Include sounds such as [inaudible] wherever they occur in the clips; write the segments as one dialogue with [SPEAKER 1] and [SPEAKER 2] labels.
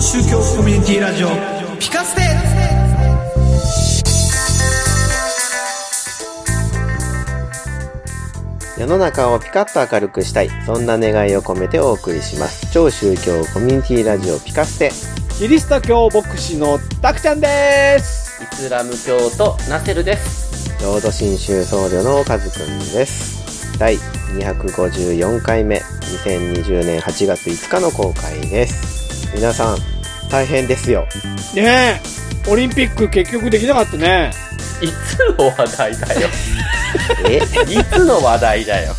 [SPEAKER 1] 宗教コミュニティラジオピカステ
[SPEAKER 2] 世の中をピカッと明るくしたいそんな願いを込めてお送りします超宗教コミュニティラジオピカステ
[SPEAKER 3] キリスト教牧師のたくちゃんです。
[SPEAKER 4] イスラム教とナセルです。
[SPEAKER 2] 浄土真宗僧侶のカズくんです第254回目2020年8月5日の公開です皆さん大変ですよ
[SPEAKER 3] ねえ、オリンピック結局できなかったね。
[SPEAKER 4] いつの話題だよ。
[SPEAKER 2] え
[SPEAKER 4] いつの話題だよ。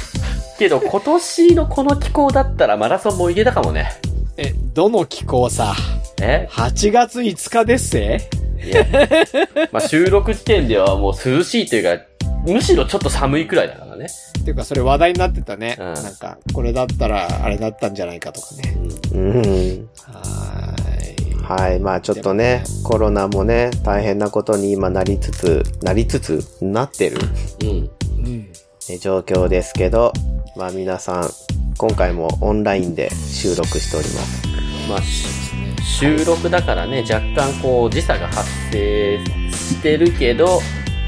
[SPEAKER 4] けど今年のこの気候だったらマラソンもいけたかもね。
[SPEAKER 3] え、どの気候さ、
[SPEAKER 4] え
[SPEAKER 3] 8月5日ですぜ
[SPEAKER 4] いやまあ収録時点ではもう涼しいというか、むしろちょっと寒いくらいだからね。
[SPEAKER 3] っていうか、それ話題になってたね。
[SPEAKER 4] うん
[SPEAKER 3] なんか、これだったら、あれだったんじゃないかとかね。
[SPEAKER 2] うん
[SPEAKER 3] はーい。
[SPEAKER 2] はいまあちょっとねコロナもね大変なことに今なりつつなりつつなってる
[SPEAKER 4] うん。
[SPEAKER 3] うん。
[SPEAKER 2] え状況ですけど、まあ皆さん、今回もオンラインで収録しております。
[SPEAKER 4] まあ、し収録だからね、若干こう時差が発生してるけど、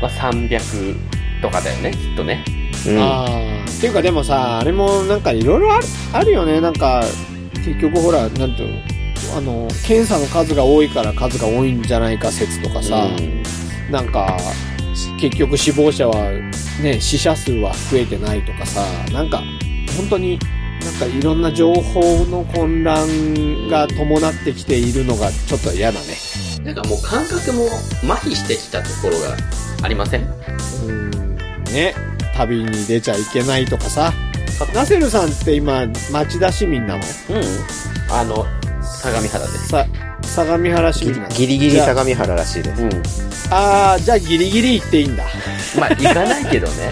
[SPEAKER 4] まあ300とかだよね、きっとね。
[SPEAKER 2] うん。
[SPEAKER 3] あーっていうか、でもさ、あれもなんかいろいろあるあるよね。なんか、結局ほら、なんていうのあの、検査の数が多いから数が多いんじゃないか説とかさ。
[SPEAKER 2] うん
[SPEAKER 3] なんか、し結局死亡者は、ね、死者数は増えてないとかさ、なんか、本当に、なんかいろんな情報の混乱が伴ってきているのがちょっと嫌だね。
[SPEAKER 4] なんかもう感覚も麻痺してきたところがありません
[SPEAKER 3] うーん、ね。旅に出ちゃいけないとかさ。ナセルさんって今、町田市民なの
[SPEAKER 4] うん。あの、相模原です。
[SPEAKER 3] さ、相模原市民なの
[SPEAKER 2] ギリギリ相模原らしいです。
[SPEAKER 4] うん。
[SPEAKER 3] ああー、じゃあギリギリ行っていいんだ。
[SPEAKER 4] まあ、行かないけどね。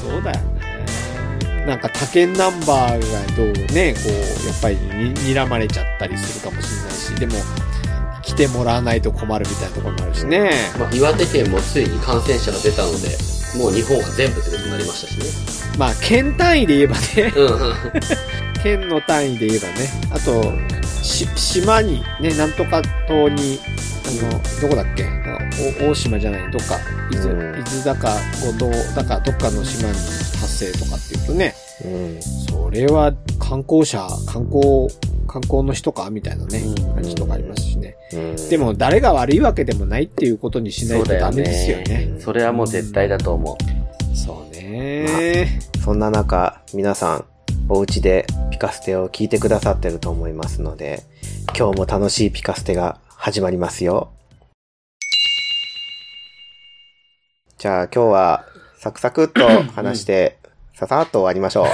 [SPEAKER 3] そうだよね。なんか他県ナンバーがどうね、こう、やっぱりに睨まれちゃったりするかもしれないし、でも、来てもらわないと困るみたいなところもあるしね。
[SPEAKER 4] [laughs] まあ、岩手県もついに感染者が出たので、もう日本は全部ってことになりましたしね。
[SPEAKER 3] まあ、県単位で言えばね、 [laughs]
[SPEAKER 4] う
[SPEAKER 3] 県の単位で言えばね、あと、し、島に、ね、なんとか島に、あの、どこだっけお大島じゃない、どっか、伊豆、
[SPEAKER 2] うん
[SPEAKER 3] 伊豆だか、五島だか、どっかの島に発生とかっていうとね、
[SPEAKER 2] うん。
[SPEAKER 3] それは観光者、観光、観光の人かみたいなね
[SPEAKER 4] う、ん
[SPEAKER 3] 感じとかありますしね。
[SPEAKER 2] うん
[SPEAKER 3] で、も、誰が悪いわけでもないっていうことにしないと
[SPEAKER 4] そうだよ
[SPEAKER 3] ダ
[SPEAKER 4] ね
[SPEAKER 3] メですよね。
[SPEAKER 4] ん。それはもう絶対だと思
[SPEAKER 3] そうね。
[SPEAKER 2] そんな中、皆さん、お家でピカステを聞いてくださってると思いますので、今日も楽しいピカステが始まりますよ。じゃあ今日は、サクサクっと話して、ささっと終わり
[SPEAKER 3] [laughs]
[SPEAKER 2] ましょう。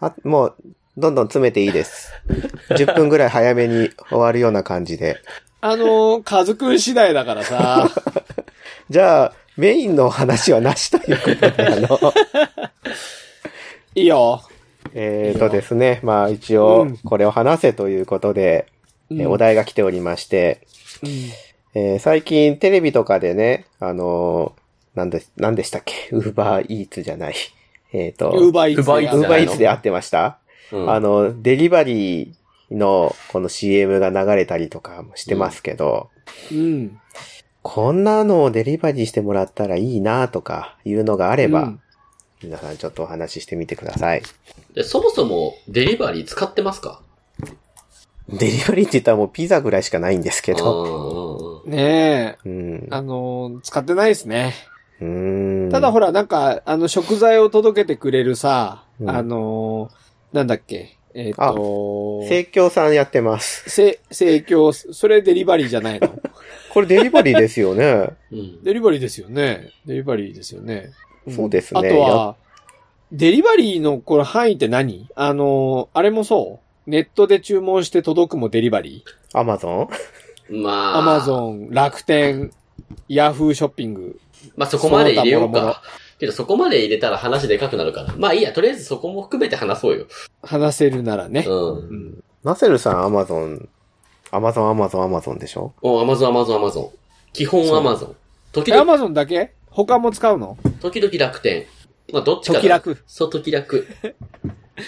[SPEAKER 2] あもう、どんどん詰めていいです。10分ぐらい早めに終わるような感じで。
[SPEAKER 3] あのー、カズくん次第だからさ、 [laughs]
[SPEAKER 2] じゃあ、メインの話はなしということで、あ
[SPEAKER 3] [laughs]
[SPEAKER 2] の、
[SPEAKER 3] いいよ。
[SPEAKER 2] えーとですね、まあ一応
[SPEAKER 3] うん、
[SPEAKER 2] これを話せということで、えーお題が来ておりまして、えー最近テレビとかでね、あのーなんで、なんでしたっけウーバーイーツじゃない。えーと、
[SPEAKER 3] ウーバーイーツ。
[SPEAKER 4] Uber
[SPEAKER 2] ウ
[SPEAKER 4] Eats
[SPEAKER 2] ー
[SPEAKER 4] じゃ
[SPEAKER 2] バ
[SPEAKER 4] な
[SPEAKER 2] ー
[SPEAKER 4] い
[SPEAKER 2] イ
[SPEAKER 4] の
[SPEAKER 2] ーツで合ってました、
[SPEAKER 4] う。う
[SPEAKER 2] あ、の、デリバリーのこの CM が流れたりとかもしてますけど、
[SPEAKER 3] うん。
[SPEAKER 2] こんなのをデリバリーしてもらったらいいなとかいうのがあれば、
[SPEAKER 3] うん
[SPEAKER 2] 皆さんちょっとお話ししてみてください。
[SPEAKER 4] でそもそもデリバリー使ってますか
[SPEAKER 2] デリバリーって言ったらもうピザぐらいしかないんですけど。
[SPEAKER 4] うんうんうん
[SPEAKER 3] ねえ。
[SPEAKER 2] うん。
[SPEAKER 3] あのー、使ってないですね。
[SPEAKER 2] うーん
[SPEAKER 3] ただほら、なんか、あの、食材を届けてくれるさ、
[SPEAKER 2] うん
[SPEAKER 3] あのー、なんだっけ、えっ、と
[SPEAKER 2] 生協さんやってます。
[SPEAKER 3] せ、盛況、それデリバリーじゃないの [laughs]
[SPEAKER 2] これデリバリーですよね。
[SPEAKER 4] うん。
[SPEAKER 3] デリバリーですよね。デリバリーですよね。
[SPEAKER 2] そうですね
[SPEAKER 3] あとは、デリバリーのこれ範囲って何あのー、あれもそうネットで注文して届くもデリバリー。
[SPEAKER 2] アマゾン
[SPEAKER 4] まあ、
[SPEAKER 3] アマゾン、楽天、ヤフーショッピング。
[SPEAKER 4] まあそこまで入れよ
[SPEAKER 3] その
[SPEAKER 4] う
[SPEAKER 3] 他もろもろ
[SPEAKER 4] か。けどそこまで入れたら話でかくなるから。まあいいや、とりあえずそこも含めて話そうよ。
[SPEAKER 3] 話せるならね。
[SPEAKER 4] うん。
[SPEAKER 3] うん。
[SPEAKER 2] ナセルさんアマゾン、アマゾンアマゾンアマゾンでしょ
[SPEAKER 4] お、アマゾン、アマゾン、アマゾン。基本アマゾン。時
[SPEAKER 3] え、
[SPEAKER 4] 々
[SPEAKER 3] アマゾンだけ他も使うの
[SPEAKER 4] 時々楽天。まあ、どっちかだ
[SPEAKER 3] 時楽。
[SPEAKER 4] そう、時楽。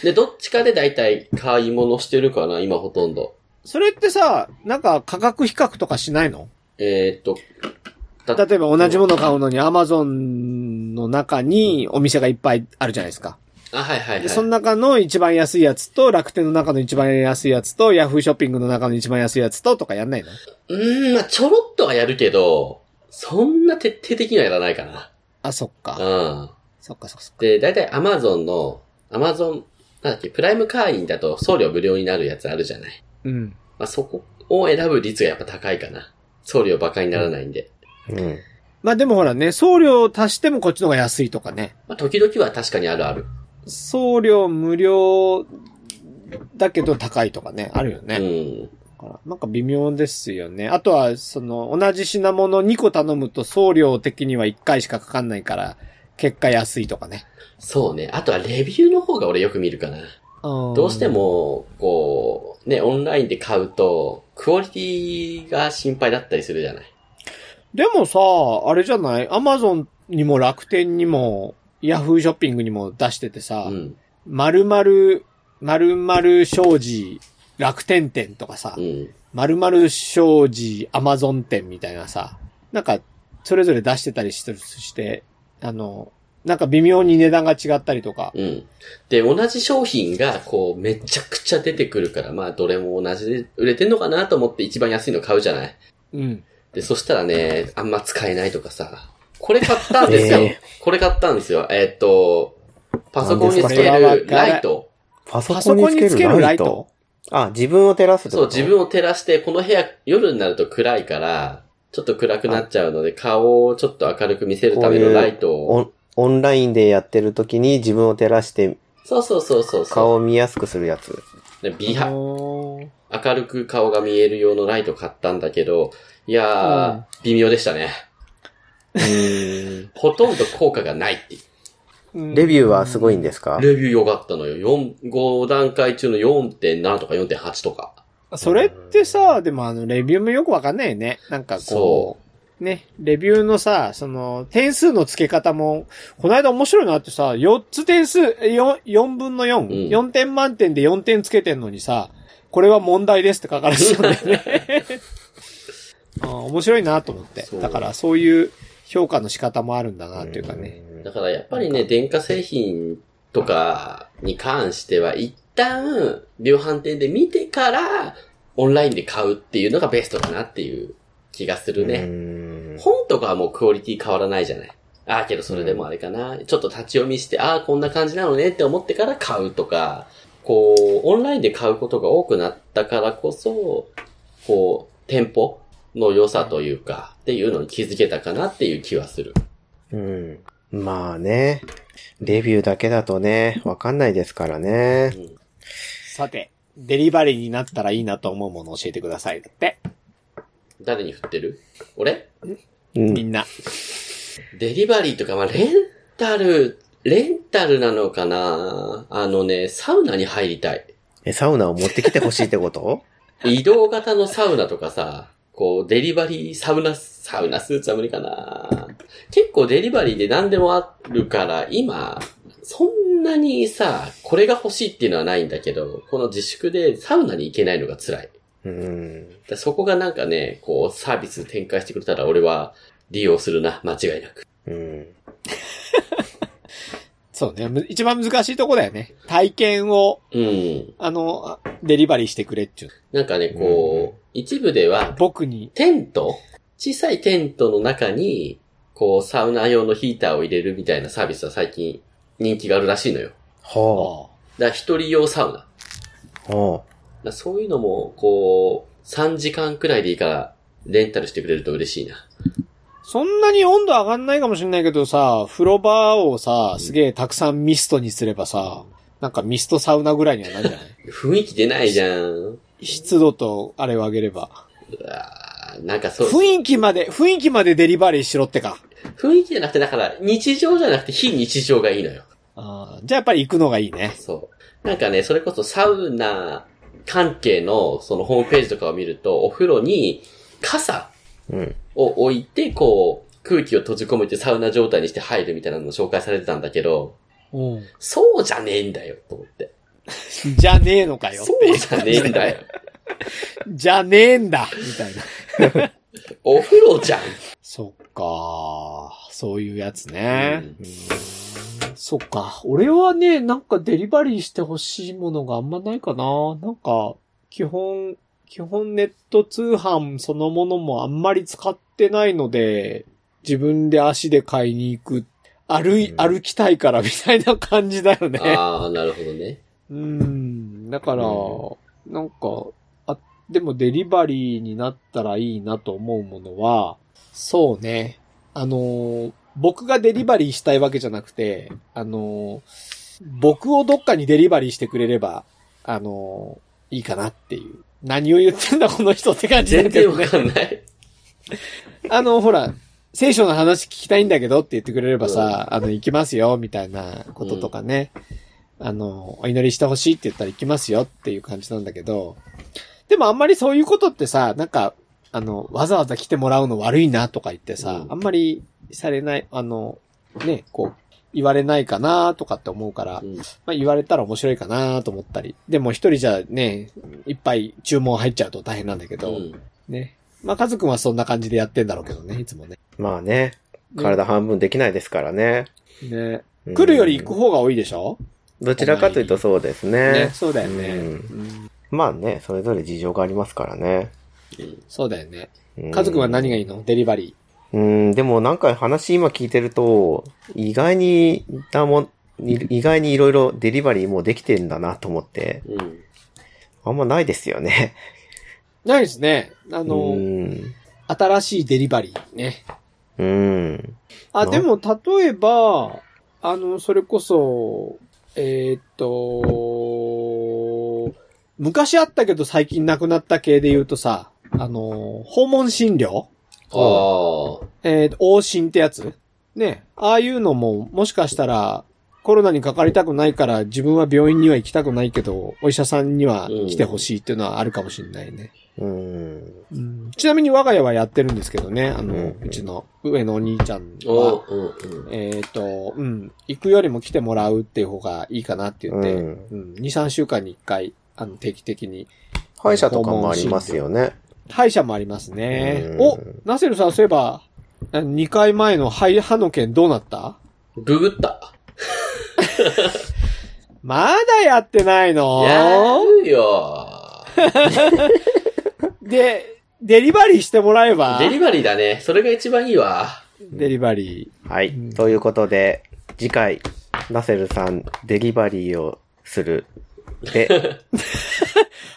[SPEAKER 4] で、どっちかで大体買い物してるかな、今ほとんど。
[SPEAKER 3] それってさ、なんか価格比較とかしないの
[SPEAKER 4] えーっと、
[SPEAKER 3] 例えば同じもの買うのに Amazon の中にお店がいっぱいあるじゃないですか。
[SPEAKER 4] あ、はいはいはい。
[SPEAKER 3] で、その中の一番安いやつと、楽天の中の一番安いやつと、Yahoo ショッピングの中の一番安いやつと、とかやんないの
[SPEAKER 4] うーん、まあちょろっとはやるけど、そんな徹底的にはやらないかな。
[SPEAKER 3] あ、そっか。
[SPEAKER 4] うん。
[SPEAKER 3] そっかそっかそっか。
[SPEAKER 4] で、大体 Amazon の、Amazon、なんだっけ、プライム会員だと送料無料になるやつあるじゃない。
[SPEAKER 3] うん。
[SPEAKER 4] まあそこを選ぶ率がやっぱ高いかな。送料バカにならないんで。
[SPEAKER 2] うん。
[SPEAKER 3] まあでもほらね、送料を足してもこっちの方が安いとかね。
[SPEAKER 4] まあ時々は確かにあるある。
[SPEAKER 3] 送料無料だけど高いとかね、あるよね。
[SPEAKER 4] うん。
[SPEAKER 3] からなんか微妙ですよね。あとは、その、同じ品物2個頼むと送料的には1回しかかかんないから、結果安いとかね。
[SPEAKER 4] そうね。あとはレビューの方が俺よく見るかな。ど
[SPEAKER 3] ど
[SPEAKER 4] うして。も、こう、ね、オンラインで買うと、クオリティが心配だったりするじゃない。
[SPEAKER 3] でもさ、あれじゃないアマゾンにも楽天にも、ヤフーショッピングにも出しててさ
[SPEAKER 4] う、ん。
[SPEAKER 3] 〇〇、〇〇商事楽天店とかさ
[SPEAKER 4] う、ん。
[SPEAKER 3] 〇〇商事アマゾン店みたいなさ、なんか、それぞれ出してたりしてるして、あの、なんか微妙に値段が違ったりとか、
[SPEAKER 4] うん。で、同じ商品が、こう、めちゃくちゃ出てくるから、まあ、どれも同じで売れてんのかなと思って一番安いの買うじゃない。
[SPEAKER 3] うん。
[SPEAKER 4] で、そしたらね、あんま使えないとかさ、これ買ったんです
[SPEAKER 3] [laughs]
[SPEAKER 4] よ。
[SPEAKER 2] ええ
[SPEAKER 4] これ買ったんですよ。えーっと、パソコンにつけ
[SPEAKER 3] なんです
[SPEAKER 4] る
[SPEAKER 3] か
[SPEAKER 4] ライト。
[SPEAKER 2] パ
[SPEAKER 3] パソ
[SPEAKER 2] ソ
[SPEAKER 3] コ
[SPEAKER 2] コ
[SPEAKER 3] ン
[SPEAKER 2] ン
[SPEAKER 3] に
[SPEAKER 2] に
[SPEAKER 3] つ
[SPEAKER 2] つ
[SPEAKER 3] け
[SPEAKER 2] け
[SPEAKER 3] る
[SPEAKER 2] る
[SPEAKER 3] ラ
[SPEAKER 2] ラ
[SPEAKER 3] イ
[SPEAKER 2] イ
[SPEAKER 3] ト
[SPEAKER 2] トあ、自分を照らすって
[SPEAKER 4] そ
[SPEAKER 2] こ
[SPEAKER 4] う、
[SPEAKER 2] と
[SPEAKER 4] 自分を照らして、この部屋、夜になると暗いから、ちょっと暗くなっちゃうので、顔をちょっと明るく見せるためのライト
[SPEAKER 2] オ
[SPEAKER 4] を。
[SPEAKER 2] ンオンラインでやってる時に自分を照らして
[SPEAKER 4] そうそうそうそう
[SPEAKER 2] 顔
[SPEAKER 4] そ
[SPEAKER 2] を見やすくするやつ。
[SPEAKER 4] う。で美白
[SPEAKER 3] おー
[SPEAKER 4] 明るく顔が見える用のライト買ったんだけど、いやー、
[SPEAKER 3] うん
[SPEAKER 4] 微妙でしたね。
[SPEAKER 2] うーん
[SPEAKER 4] [laughs] ほとんど効果がないっていう。
[SPEAKER 2] レビューはすごいんですか
[SPEAKER 4] レビュー良かったのよ。4、5段階中の4.7とか4.8とか。
[SPEAKER 3] それってさ、でもあの、レビューもよくわかんないよね。なんかこ、
[SPEAKER 4] そう
[SPEAKER 3] ね、レビューのさ、その、点数の付け方も、この間面白いなってさ、4つ点数、4, 4分の4、
[SPEAKER 4] ん
[SPEAKER 3] 4点満点で4点付けてんのにさ、これは問題ですって書かれてたんだよ
[SPEAKER 4] [laughs]
[SPEAKER 3] ね。 [laughs] あー面白いなと思って
[SPEAKER 4] そ。う
[SPEAKER 3] だからそういう評価の仕方もあるんだなっていうかね。
[SPEAKER 4] だからやっぱりね、電化製品とかに関しては、一旦、量販店で見てから、オンラインで買うっていうのがベストかなっていう気がするね。
[SPEAKER 2] ね
[SPEAKER 4] 本とかはもうクオリティ変わらないじゃない。ああ、けどそれでもあれかな。ちょっと立ち読みして、ああ、こんな感じなのねって思ってから買うとか、こう、オンラインで買うことが多くなったからこそ、こう、店舗の良さというか、っていうのに気づけたかなっていう気はする。
[SPEAKER 2] うん。まあね。レビューだけだとね、わかんないですからね。
[SPEAKER 3] さて、デリバリーになったらいいなと思うものを教えてください。だって、
[SPEAKER 4] 誰に振ってる俺
[SPEAKER 2] う
[SPEAKER 3] み
[SPEAKER 2] ん。
[SPEAKER 3] んな。
[SPEAKER 4] デリバリーとか、まあ、レンタル、レンタルなのかなあのね、サウナに入りたい。
[SPEAKER 2] え、サウナを持ってきてほしいってこと
[SPEAKER 3] [laughs]
[SPEAKER 4] 移動型のサウナとかさ、 [laughs] こう、デリバリー、サウナ、サウナスーツは無理かな結構デリバリーで何でもあるから、今、そんなにさ、これが欲しいっていうのはないんだけど、この自粛でサウナに行けないのが辛い。
[SPEAKER 2] うん。
[SPEAKER 4] だそこがなんかね、こう、サービス展開してくれたら俺は利用するな、間違いなく。
[SPEAKER 2] うん。
[SPEAKER 3] そうね。む一番難しいとこだよね。体験を、
[SPEAKER 4] うん。
[SPEAKER 3] あの、あデリバリーしてくれっていう。
[SPEAKER 4] なんかね、こう、一部では、
[SPEAKER 3] 僕に。
[SPEAKER 4] テント小さいテントの中に、こう、サウナ用のヒーターを入れるみたいなサービスは最近人気があるらしいのよ。
[SPEAKER 3] あ
[SPEAKER 2] ほ
[SPEAKER 4] だから一人用サウナ。だか
[SPEAKER 2] う。ほ
[SPEAKER 4] らそういうのも、こう、3時間くらいでいいから、レンタルしてくれると嬉しいな。
[SPEAKER 3] そんなに温度上がんないかもしれないけどさ、風呂場をさ、すげえたくさんミストにすればさ、なんかミストサウナぐらいにはなるんじゃない
[SPEAKER 4] 雰囲気出ないじゃん。
[SPEAKER 3] [laughs] 湿度とあれを上げれば。
[SPEAKER 4] うわーなんかそう、
[SPEAKER 3] 雰囲気まで、雰囲気までデリバリーしろってか。
[SPEAKER 4] 雰囲気じゃなくて、だから、日常じゃなくて非日常がいいのよ。
[SPEAKER 3] あーじゃあやっぱり行くのがいいね。
[SPEAKER 4] そう。なんかね、それこそサウナ関係の、そのホームページとかを見ると、お風呂に傘
[SPEAKER 2] う。うん。
[SPEAKER 4] を置いて、こう、空気を閉じ込めてサウナ状態にして入るみたいなのを紹介されてたんだけど、
[SPEAKER 3] うん。
[SPEAKER 4] そうじゃねえんだよ、と思って。
[SPEAKER 3] じゃねえのかよって。
[SPEAKER 4] そうじゃねえんだよ。
[SPEAKER 3] じゃねえんだみたいな。
[SPEAKER 4] お風呂じゃん。
[SPEAKER 3] そっかそういうやつね。うんそっか。俺はね、なんかデリバリーしてほしいものがあんまないかな。なんか、基本、基本ネット通販そのものもあんまり使ってないので、自分で足で買いに行く。歩い、
[SPEAKER 2] うん
[SPEAKER 3] 歩きたいからみたいな感じだよね。
[SPEAKER 4] ああ、なるほ
[SPEAKER 3] [laughs]
[SPEAKER 4] どね。
[SPEAKER 3] うん、だから、
[SPEAKER 2] う
[SPEAKER 3] なんか、あ、でもデリバリーになったらいいなと思うものは、そうね。あのー、僕がデリバリーしたいわけじゃなくて、あのー、僕をどっかにデリバリーしてくれれば、あのー、いいかなっていう。何を言ってんだこの人って感じだ
[SPEAKER 4] 全
[SPEAKER 3] けど
[SPEAKER 4] 然わ
[SPEAKER 3] ね。
[SPEAKER 4] かんない。
[SPEAKER 3] あの、ほら、聖書の話聞きたいんだけどって言ってくれればさ、あの、行きますよ、みたいなこととかね。あの、お祈りしてほしいって言ったら行きますよっていう感じなんだけど、でもあんまりそういうことってさ、なんか、あの、わざわざ来てもらうの悪いなとか言ってさ、
[SPEAKER 4] うん
[SPEAKER 3] あんまりされない、あの、ね、こう、言われないかなとかって思うから、
[SPEAKER 4] うん
[SPEAKER 3] まあ言われたら面白いかなと思ったり、でも一人じゃね、いっぱい注文入っちゃうと大変なんだけど、
[SPEAKER 4] うん
[SPEAKER 3] ね。まあ、カズくんはそんな感じでやってんだろうけどね、いつもね。
[SPEAKER 2] まあね、体半分できないですからね。
[SPEAKER 3] ね。
[SPEAKER 2] うん
[SPEAKER 3] 来るより行く方が多いでしょ、
[SPEAKER 2] どちらかというとそうですね
[SPEAKER 3] ね。。そうだよね、
[SPEAKER 2] うん
[SPEAKER 3] うん
[SPEAKER 2] まあね、それぞれ事情がありますからね。
[SPEAKER 3] そうだよね。
[SPEAKER 2] うん
[SPEAKER 3] カズくんは何がいいのデリバリ
[SPEAKER 2] うん、でもなんか話今聞いてると、意外に、だもん、い意外にいろいろデリバリーもうできてんだなと思って、
[SPEAKER 4] うん。
[SPEAKER 2] あんまないですよね。
[SPEAKER 3] ー。ないですね。あ
[SPEAKER 2] う
[SPEAKER 3] の、
[SPEAKER 2] ん。
[SPEAKER 3] 新しいデリバリーね。
[SPEAKER 2] うん。
[SPEAKER 3] あ、
[SPEAKER 2] な
[SPEAKER 3] でも、例えば、あの、それこそ、えーっと、昔あったけど最近なくなった系で言うとさ、あの、訪問診療
[SPEAKER 4] ああ。
[SPEAKER 3] えー、往診ってやつね。ああいうのも、もしかしたら、コロナにかかりたくないから、自分は病院には行きたくないけど、お医者さんには来てほしいっていうのはあるかもしれないね。
[SPEAKER 2] うん。
[SPEAKER 3] うんちなみに我が家はやってるんですけどね、あの、
[SPEAKER 2] う
[SPEAKER 3] うんちの上のお兄ちゃん
[SPEAKER 4] お
[SPEAKER 3] は、
[SPEAKER 4] うんうん。
[SPEAKER 3] えっ、と、うん、行くよりも来てもらうっていう方がいいかなって言って、
[SPEAKER 2] う
[SPEAKER 3] うんん、2、3週間に1回、あの、定期的に。
[SPEAKER 2] 歯医者とかもありますよね。
[SPEAKER 3] 歯医者もありますね。
[SPEAKER 2] うん
[SPEAKER 3] お、ナセルさん、そういえば、2回前の歯医歯の件どうなった
[SPEAKER 4] ググった。
[SPEAKER 3] まだやってない
[SPEAKER 4] や
[SPEAKER 3] の
[SPEAKER 4] るよ。
[SPEAKER 3] で、デリバリーしてもらえば
[SPEAKER 4] デリバリーだね。それが一番いいわ。
[SPEAKER 3] デリバリ
[SPEAKER 2] はい。ということで、次回、ナセルさん、デリバリーをする。で、
[SPEAKER 3] [laughs] ー。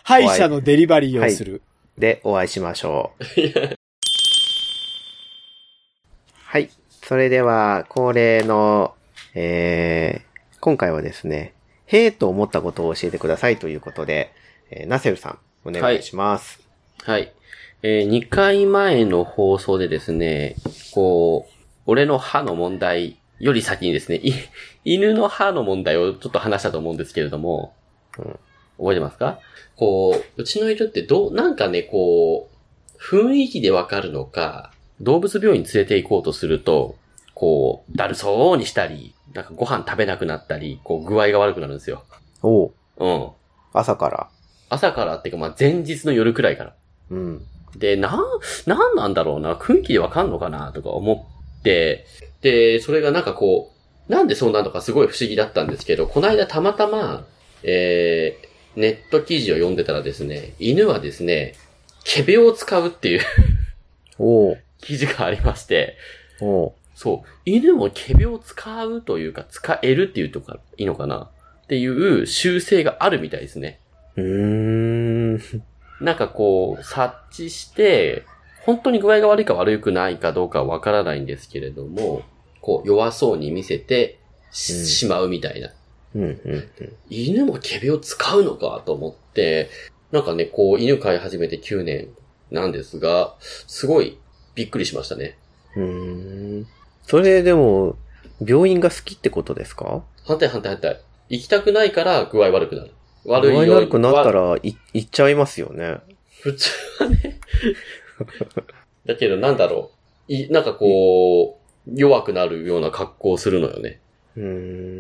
[SPEAKER 3] 歯医者のデリバリーをする。
[SPEAKER 2] で、お会いしましょ
[SPEAKER 3] [laughs]
[SPEAKER 2] う。はい。それでは、恒例の、えー、今回はですね、へえと思ったことを教えてくださいということで、えーナセルさん、お願いします。
[SPEAKER 4] はい。えー、2回前の放送でですね、こう、俺の歯の問題より先にですね、い犬の歯の問題をちょっと話したと思うんですけれども、
[SPEAKER 2] うん
[SPEAKER 4] 覚えてますかこう、うちの犬ってどう、なんかね、こう、雰囲気でわかるのか、動物病院連れて行こうとすると、こう、だるそうにしたり、なんかご飯食べなくなったり、こう、具合が悪くなるんですよ。
[SPEAKER 2] おう
[SPEAKER 4] うん。
[SPEAKER 2] 朝から。
[SPEAKER 4] 朝からっていうか、まあ、前日の夜くらいから。
[SPEAKER 2] うん。
[SPEAKER 4] で、なん、なんなんだろうな、雰囲気でわかんのかな、とか思って、で、それがなんかこう、なんでそうなのかすごい不思議だったんですけど、この間たまたま、えー、ネット記事を読んでたらですね、犬はですね、毛病を使うっていう [laughs]
[SPEAKER 2] おう
[SPEAKER 4] 記事がありまして、
[SPEAKER 2] おう
[SPEAKER 4] そう、犬も毛病を使うというか、使えるっていうとか、いいのかなっていう習性があるみたいですね。
[SPEAKER 2] うーん。
[SPEAKER 4] なんかこう、察知して、本当に具合が悪いか悪くないかどうかはわからないんですけれども、こう、弱そうに見せてし,、
[SPEAKER 2] うん
[SPEAKER 4] まうみたいな。
[SPEAKER 2] うん、うん、
[SPEAKER 4] 犬も毛病使うのかと思って、なんかね、こう、犬飼い始めて9年なんですが、すごいびっくりしましたね。
[SPEAKER 2] うん。うーん。それでも、病院が好きってことですか
[SPEAKER 4] 反対反対反対。行きたくないから具合悪くなる。悪いよ。
[SPEAKER 2] 具合悪くなった
[SPEAKER 4] わ
[SPEAKER 2] ら、い、行っちゃいますよね。
[SPEAKER 4] 普通はね。だけどなんだろう。い、なんかこう、弱くなるような格好をするのよね。
[SPEAKER 2] うー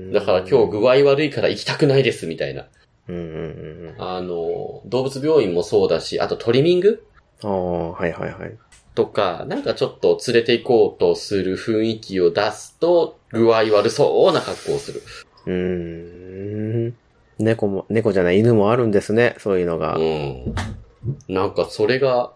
[SPEAKER 2] ん
[SPEAKER 4] だから今日具合悪いから行きたくないですみたいな。
[SPEAKER 2] ううんうんうん。あ
[SPEAKER 4] あの、動物病院もそうだし、あとトリミング
[SPEAKER 2] あー、はいはいはい。
[SPEAKER 4] とか、なんかちょっと連れて行こうとする雰囲気を出すと、具合悪そうな格好をする。
[SPEAKER 2] うーん。猫も、猫じゃない、犬もあるんですね、そういうのが。
[SPEAKER 4] うん。なんかそれが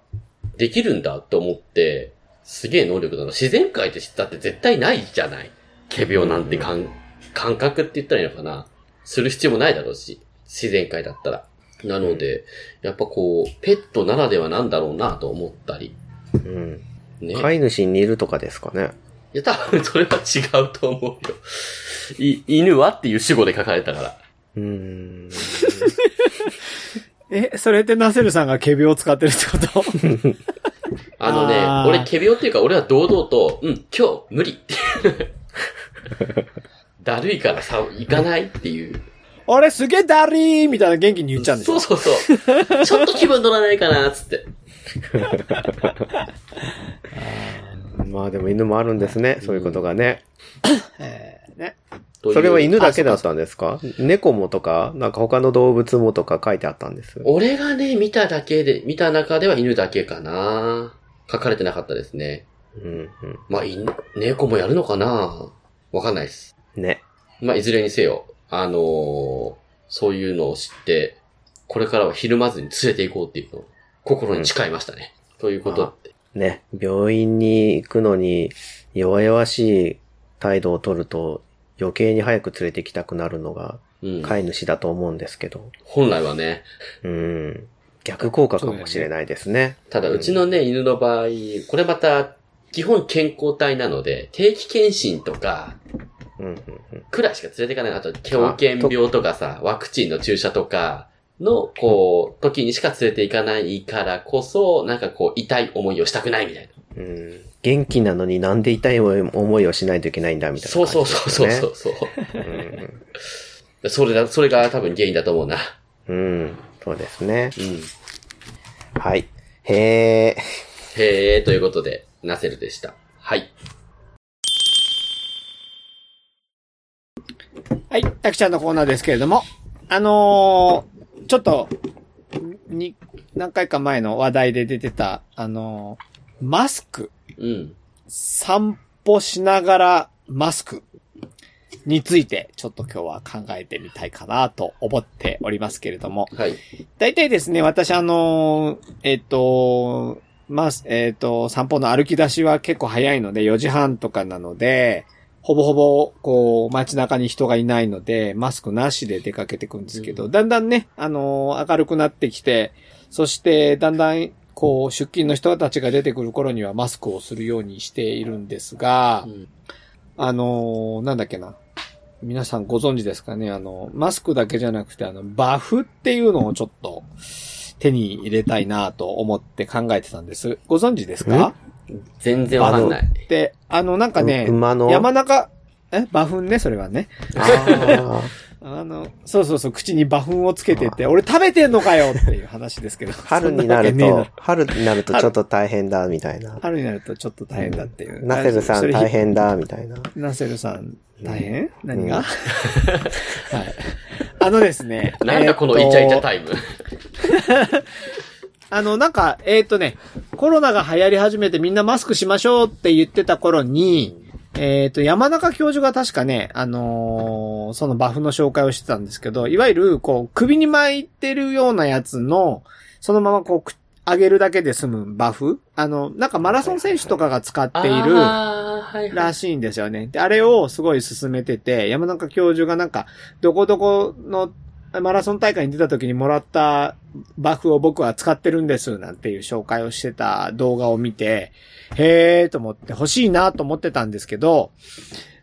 [SPEAKER 4] できるんだと思って、すげえ能力だな。自然界って知ったって絶対ないじゃない。仮病なんて感、感覚って言ったらいいのかな。する必要もないだろうし、自然界だったら。なので、やっぱこう、ペットならではなんだろうなと思ったり。
[SPEAKER 2] うん。
[SPEAKER 4] ね。
[SPEAKER 2] 飼い主に似るとかですかね。
[SPEAKER 4] いや、多分それは違うと思うよ。い、犬はっていう主語で書かれたから。
[SPEAKER 2] うーん。
[SPEAKER 3] え、それってナセルさんが仮病を使ってるってこと
[SPEAKER 4] [laughs] あのね、
[SPEAKER 3] あー
[SPEAKER 4] 俺、仮病っていうか、俺は堂々と、うん、今日、無理 [laughs] って。だるいからさ、行かないっていう。
[SPEAKER 3] 俺すげえだりーみたいな元気に言っちゃうんでし
[SPEAKER 4] そ
[SPEAKER 3] ょ
[SPEAKER 4] うそうそう。ちょっと気分乗らないかな、つって。
[SPEAKER 2] まあでも犬もあるんですね、そういうことがね。
[SPEAKER 3] えーね。
[SPEAKER 4] という
[SPEAKER 2] それは犬だけだったんですか猫もとか、なんか他の動物もとか書いてあったんです。
[SPEAKER 4] 俺がね、見ただけで、見た中では犬だけかな。書かれてなかったですね。
[SPEAKER 2] うん、
[SPEAKER 4] まあ、犬、猫もやるのかなわかんないです。
[SPEAKER 2] うん。ね。
[SPEAKER 4] まあ、いずれにせよ、あのーそういうのを知って、これからはひるまずに連れて行こうっていうのを心に誓いましたね。ということで。
[SPEAKER 2] ね。病院に行くのに、弱々しい態度を取ると、余計に早く連れてきたくなるのが、
[SPEAKER 4] うん、
[SPEAKER 2] 飼い主だと思うんですけど。
[SPEAKER 4] 本来はね。
[SPEAKER 2] うん。逆効果かもしれないですね。
[SPEAKER 4] ただ、うちのね、犬の場合、これまた、基本健康体なので、定期検診とか、
[SPEAKER 2] うん、うん、
[SPEAKER 4] くらいしか連れていかない。あと、狂犬病とかさ、ワクチンの注射とかの、こう、時にしか連れていかないからこそ、なんかこう、痛い思いをしたくないみたいな。
[SPEAKER 2] うんうん。元気なのになんで痛い思いをしないといけないんだみたいな
[SPEAKER 4] そ
[SPEAKER 2] 感
[SPEAKER 4] う
[SPEAKER 2] じ
[SPEAKER 4] そう
[SPEAKER 2] で
[SPEAKER 4] そう
[SPEAKER 2] す
[SPEAKER 4] そ
[SPEAKER 2] よ
[SPEAKER 4] う
[SPEAKER 2] ね、
[SPEAKER 4] そうそう。
[SPEAKER 2] うん
[SPEAKER 4] それだ、それが多分原因だと思うな。
[SPEAKER 2] うん。そうですね。
[SPEAKER 4] うん。
[SPEAKER 2] はい。へえ。
[SPEAKER 4] へー、ということで、ナセルでした。はい。
[SPEAKER 3] はい、たくちゃんのコーナーですけれども、あのーちょっと、に、何回か前の話題で出てた、あのーマスク、
[SPEAKER 4] うん。
[SPEAKER 3] 散歩しながらマスクについて、ちょっと今日は考えてみたいかなと思っておりますけれども、
[SPEAKER 4] はい。
[SPEAKER 3] 大体ですね、私あのーえっ、と、まあ、えっ、と、散歩の歩き出しは結構早いので、4時半とかなので、ほぼほぼ、こう、街中に人がいないので、マスクなしで出かけていくんですけど、だんだんね、あのー明るくなってきて、そして、だんだん、こう、出勤の人たちが出てくる頃にはマスクをするようにしているんですが、
[SPEAKER 4] うん
[SPEAKER 3] あのーなんだっけな。皆さんご存知ですかねあの、マスクだけじゃなくて、あの、バフっていうのをちょっと手に入れたいなと思って考えてたんです。ご存知ですか
[SPEAKER 4] 全然わかんない。
[SPEAKER 3] で、あの、なんかね
[SPEAKER 2] う、馬の。
[SPEAKER 3] 山中、え、バフンね、それはね。
[SPEAKER 2] あ
[SPEAKER 3] あの、そうそうそう、口にバフンをつけてて、俺食べてんのかよっていう話ですけど。
[SPEAKER 2] ー [laughs] 春になる
[SPEAKER 3] そんわけねえ
[SPEAKER 2] と、春になるとちょっと大変だ、みたいな
[SPEAKER 3] な。春になるとちょっと大変だっていう。
[SPEAKER 2] ナセルさ
[SPEAKER 3] そ
[SPEAKER 2] ん
[SPEAKER 3] れ
[SPEAKER 2] 大変だ、みたいな。
[SPEAKER 3] ナセルさん、大変、何
[SPEAKER 2] う
[SPEAKER 3] が、
[SPEAKER 2] ん
[SPEAKER 3] [laughs] はい。あのですね。
[SPEAKER 4] [laughs] なんだこのイチャイチャ
[SPEAKER 3] イ。
[SPEAKER 4] タイム。
[SPEAKER 3] あの、なんか、えっ、とね、コロナが流行り始めてみんなマスクしましょうって言ってた頃に、えっ、と、山中教授が確かね、あのーそのバフの紹介をしてたんですけど、いわゆる、こう、首に巻いてるようなやつの、そのままこうく、上げるだけで済むバフあの、なんかマラソン選手とかが使っている、
[SPEAKER 4] あーはいは
[SPEAKER 3] ら
[SPEAKER 4] い。
[SPEAKER 3] しいんですよね。で、あれをすごい進めてて、山中教授がなんか、どこどこのマラソン大会に出た時にもらったバフを僕は使ってるんです、なんていう紹介をしてた動画を見て、へーと思って欲しいなと思ってたんですけど、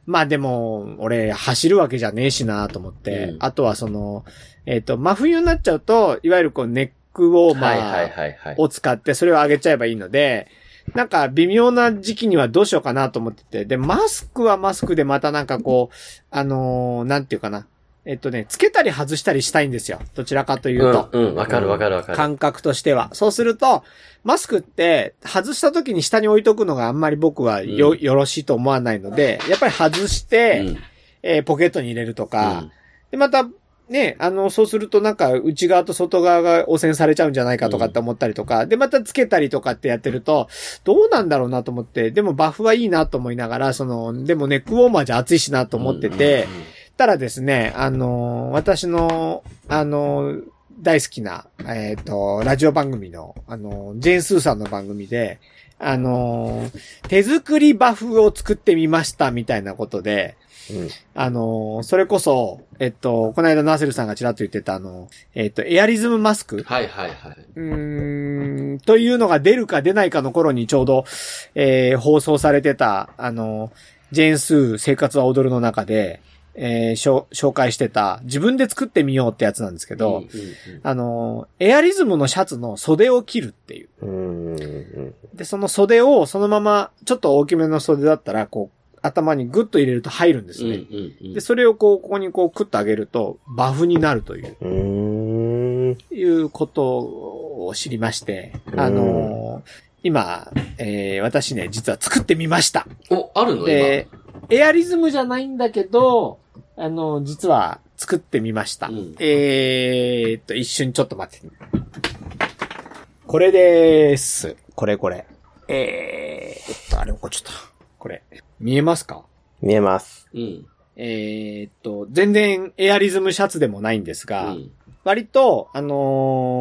[SPEAKER 3] まあでも、俺、走るわけじゃねえしなと思って、
[SPEAKER 4] うん
[SPEAKER 3] あとはその、えっ、と、真冬になっちゃうと、いわゆるこうネックをまあ、
[SPEAKER 4] はいはいはいはい。
[SPEAKER 3] を使って、それを上げちゃえばいいので、なんか微妙な時期にはどうしようかなと思ってて、で、マスクはマスクでまたなんかこう、あのーなんていうかな。えっとね、つけたり外したりしたいんですよ。どちらかというと。
[SPEAKER 4] うん、うん、わかるわかるわかる。
[SPEAKER 3] 感覚としては。そうすると、マスクって、外した時に下に置いとくのがあんまり僕はよ、
[SPEAKER 4] うん
[SPEAKER 3] よろしいと思わないので、やっぱり外して、えーポケットに入れるとか、
[SPEAKER 4] うん
[SPEAKER 3] で、また、ね、あの、そうするとなんか内側と外側が汚染されちゃうんじゃないかとかって思ったりとか、で、またつけたりとかってやってると、どうなんだろうなと思って、でもバフはいいなと思いながら、その、でもネックウォーマーじゃ暑いしなと思ってて、たらですね、あの、私の、あの、大好きな、えっ、と、ラジオ番組の、あの、ジェーン・スーさんの番組で、あの、手作りバフを作ってみましたみたいなことで、あの、それこそ、えっと、この間ナーセルさんがちらっと言ってたあの、えっと、エアリズムマスク
[SPEAKER 4] はいはいはい。
[SPEAKER 3] うーん、というのが出るか出ないかの頃にちょうど、えー放送されてた、あの、ジェーンスー生活は踊るの中で、えーしょ紹介してた、自分で作ってみようってやつなんですけど、
[SPEAKER 4] うんうんうん
[SPEAKER 3] あの、エアリズムのシャツの袖を切るっていう。
[SPEAKER 2] うん。うん。
[SPEAKER 3] で、その袖をそのまま、ちょっと大きめの袖だったら、こう、頭にグッと入れると入るんですね。
[SPEAKER 4] うんうんうん
[SPEAKER 3] で、それをこう、ここにこう、クッと上げると、バフになるという。
[SPEAKER 2] うん。
[SPEAKER 3] いうことを知りまして、
[SPEAKER 2] うん
[SPEAKER 3] あのー今、えー私ね、実は作ってみました。
[SPEAKER 4] お、あるの
[SPEAKER 3] で、エアリズムじゃないんだけど、あのー実は作ってみました。
[SPEAKER 4] うん
[SPEAKER 3] えーっと、一瞬ちょっと待って。これです。これこれ。えーっと、あれ落っこちゃった。これ。見えますか
[SPEAKER 2] 見えます。
[SPEAKER 4] 今。うん。
[SPEAKER 3] えーっと、全然エアリズムシャツでもないんです
[SPEAKER 4] う
[SPEAKER 3] が、
[SPEAKER 4] ん
[SPEAKER 3] 割と、あ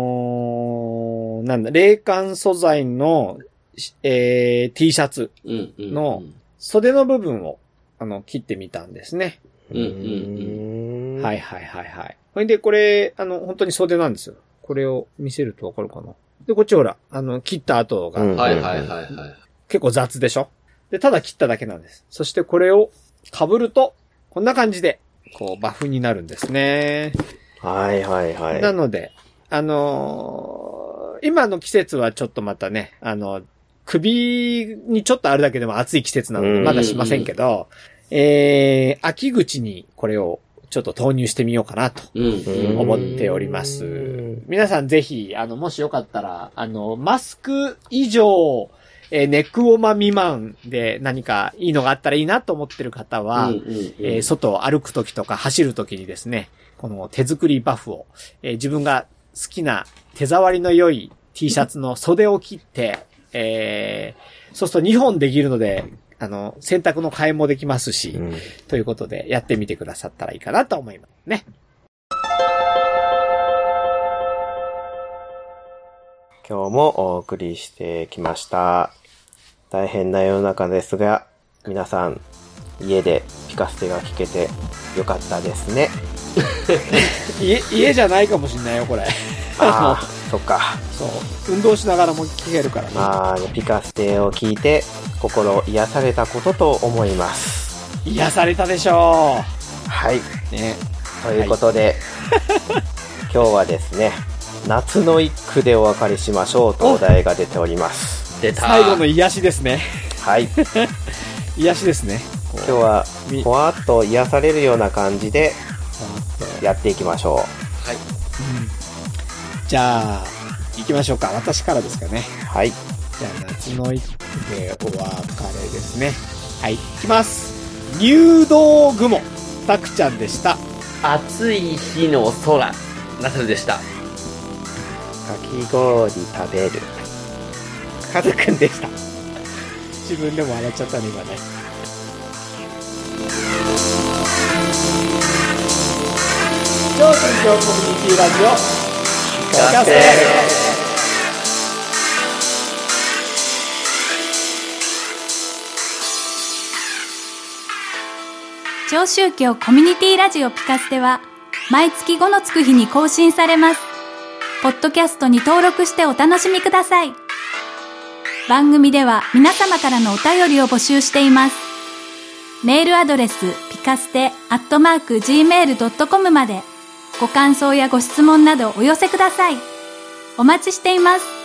[SPEAKER 3] のーなんだ、冷感素材の、しえー、T シャツ、
[SPEAKER 4] うんうん。
[SPEAKER 3] の袖の部分を、あの、切ってみたんですね。
[SPEAKER 4] うんうん
[SPEAKER 3] はい。はいはいはい。ほいで、これ、あの、本当に袖なんですよ。これを見せるとわかるかな。で、こっちほら、あの、切った後が、
[SPEAKER 2] うん
[SPEAKER 4] はいはいはいはい。
[SPEAKER 3] 結構雑でしょで、ただ切っただけなんです。そしてこれを被ると、こんな感じで、こう、バフになるんですね。
[SPEAKER 2] はいはいはい。
[SPEAKER 3] なので、あのー今の季節はちょっとまたね、あの、首にちょっとあるだけでも暑い季節なの
[SPEAKER 2] う
[SPEAKER 3] で、
[SPEAKER 2] ん
[SPEAKER 3] まだしませんけど、えー、秋口にこれをちょっと投入してみようかなと
[SPEAKER 4] うんうん
[SPEAKER 3] 思っております。皆さんぜひ、あの、もしよかったら、あの、マスク以上、えーネックウォーマー未満で何かいいのがあったらいいなと思ってる方は、
[SPEAKER 4] うんうんうん
[SPEAKER 3] えー外を歩くときとか走るときにですね、この手作りバフを、えー自分が好きな手触りの良い T シャツの袖を切って、えーそうすると2本できるので、あの、洗濯の替えもできますし、
[SPEAKER 2] うん
[SPEAKER 3] ということでやってみてくださったらいいかなと思いますね。
[SPEAKER 2] 今日もお送りしてきました。大変な世の中ですが、皆さん、家でピカステが聞けてよかったですね。
[SPEAKER 3] 家、家じゃないかもしんないよ、これ。
[SPEAKER 2] ああ、
[SPEAKER 3] [laughs]
[SPEAKER 2] そっか。
[SPEAKER 3] そう。運動しながらも聞けるからね。
[SPEAKER 2] まあ、ピカステを聞いて、心癒されたことと思います。
[SPEAKER 3] 癒されたでしょ
[SPEAKER 2] はい。
[SPEAKER 3] う。ね。
[SPEAKER 2] ということで、 [laughs] 今日はですね、夏の一句でお別れしましょうとお題が出ております。
[SPEAKER 4] 出た。
[SPEAKER 3] 最後の癒しですね。
[SPEAKER 2] はい。
[SPEAKER 3] 癒しですね。
[SPEAKER 2] 今日は
[SPEAKER 3] み
[SPEAKER 2] ほわっと癒されるような感じでやっていきましょ
[SPEAKER 4] はい。
[SPEAKER 3] じゃあ、行きましょうか。私からですかね。
[SPEAKER 2] うはい
[SPEAKER 3] じゃあ、夏の一句でお別れですね。はい、行きます。入道雲。たくちゃんでした。
[SPEAKER 4] 暑い日の空。ナセルでした。
[SPEAKER 2] かき氷食べる
[SPEAKER 3] カズくんでした。自分でも笑っちゃったね、今ね。超新京コミュニティラジオ。聞かせ
[SPEAKER 5] 長宗教コミュニティラジオピカステは毎月5のつく日に更新されます。ポッドキャストに登録してお楽しみください。番組では皆様からのお便りを募集しています。メールアドレスピカステアットマーク gmail.com までご感想やご質問などお寄せください。お待ちしています。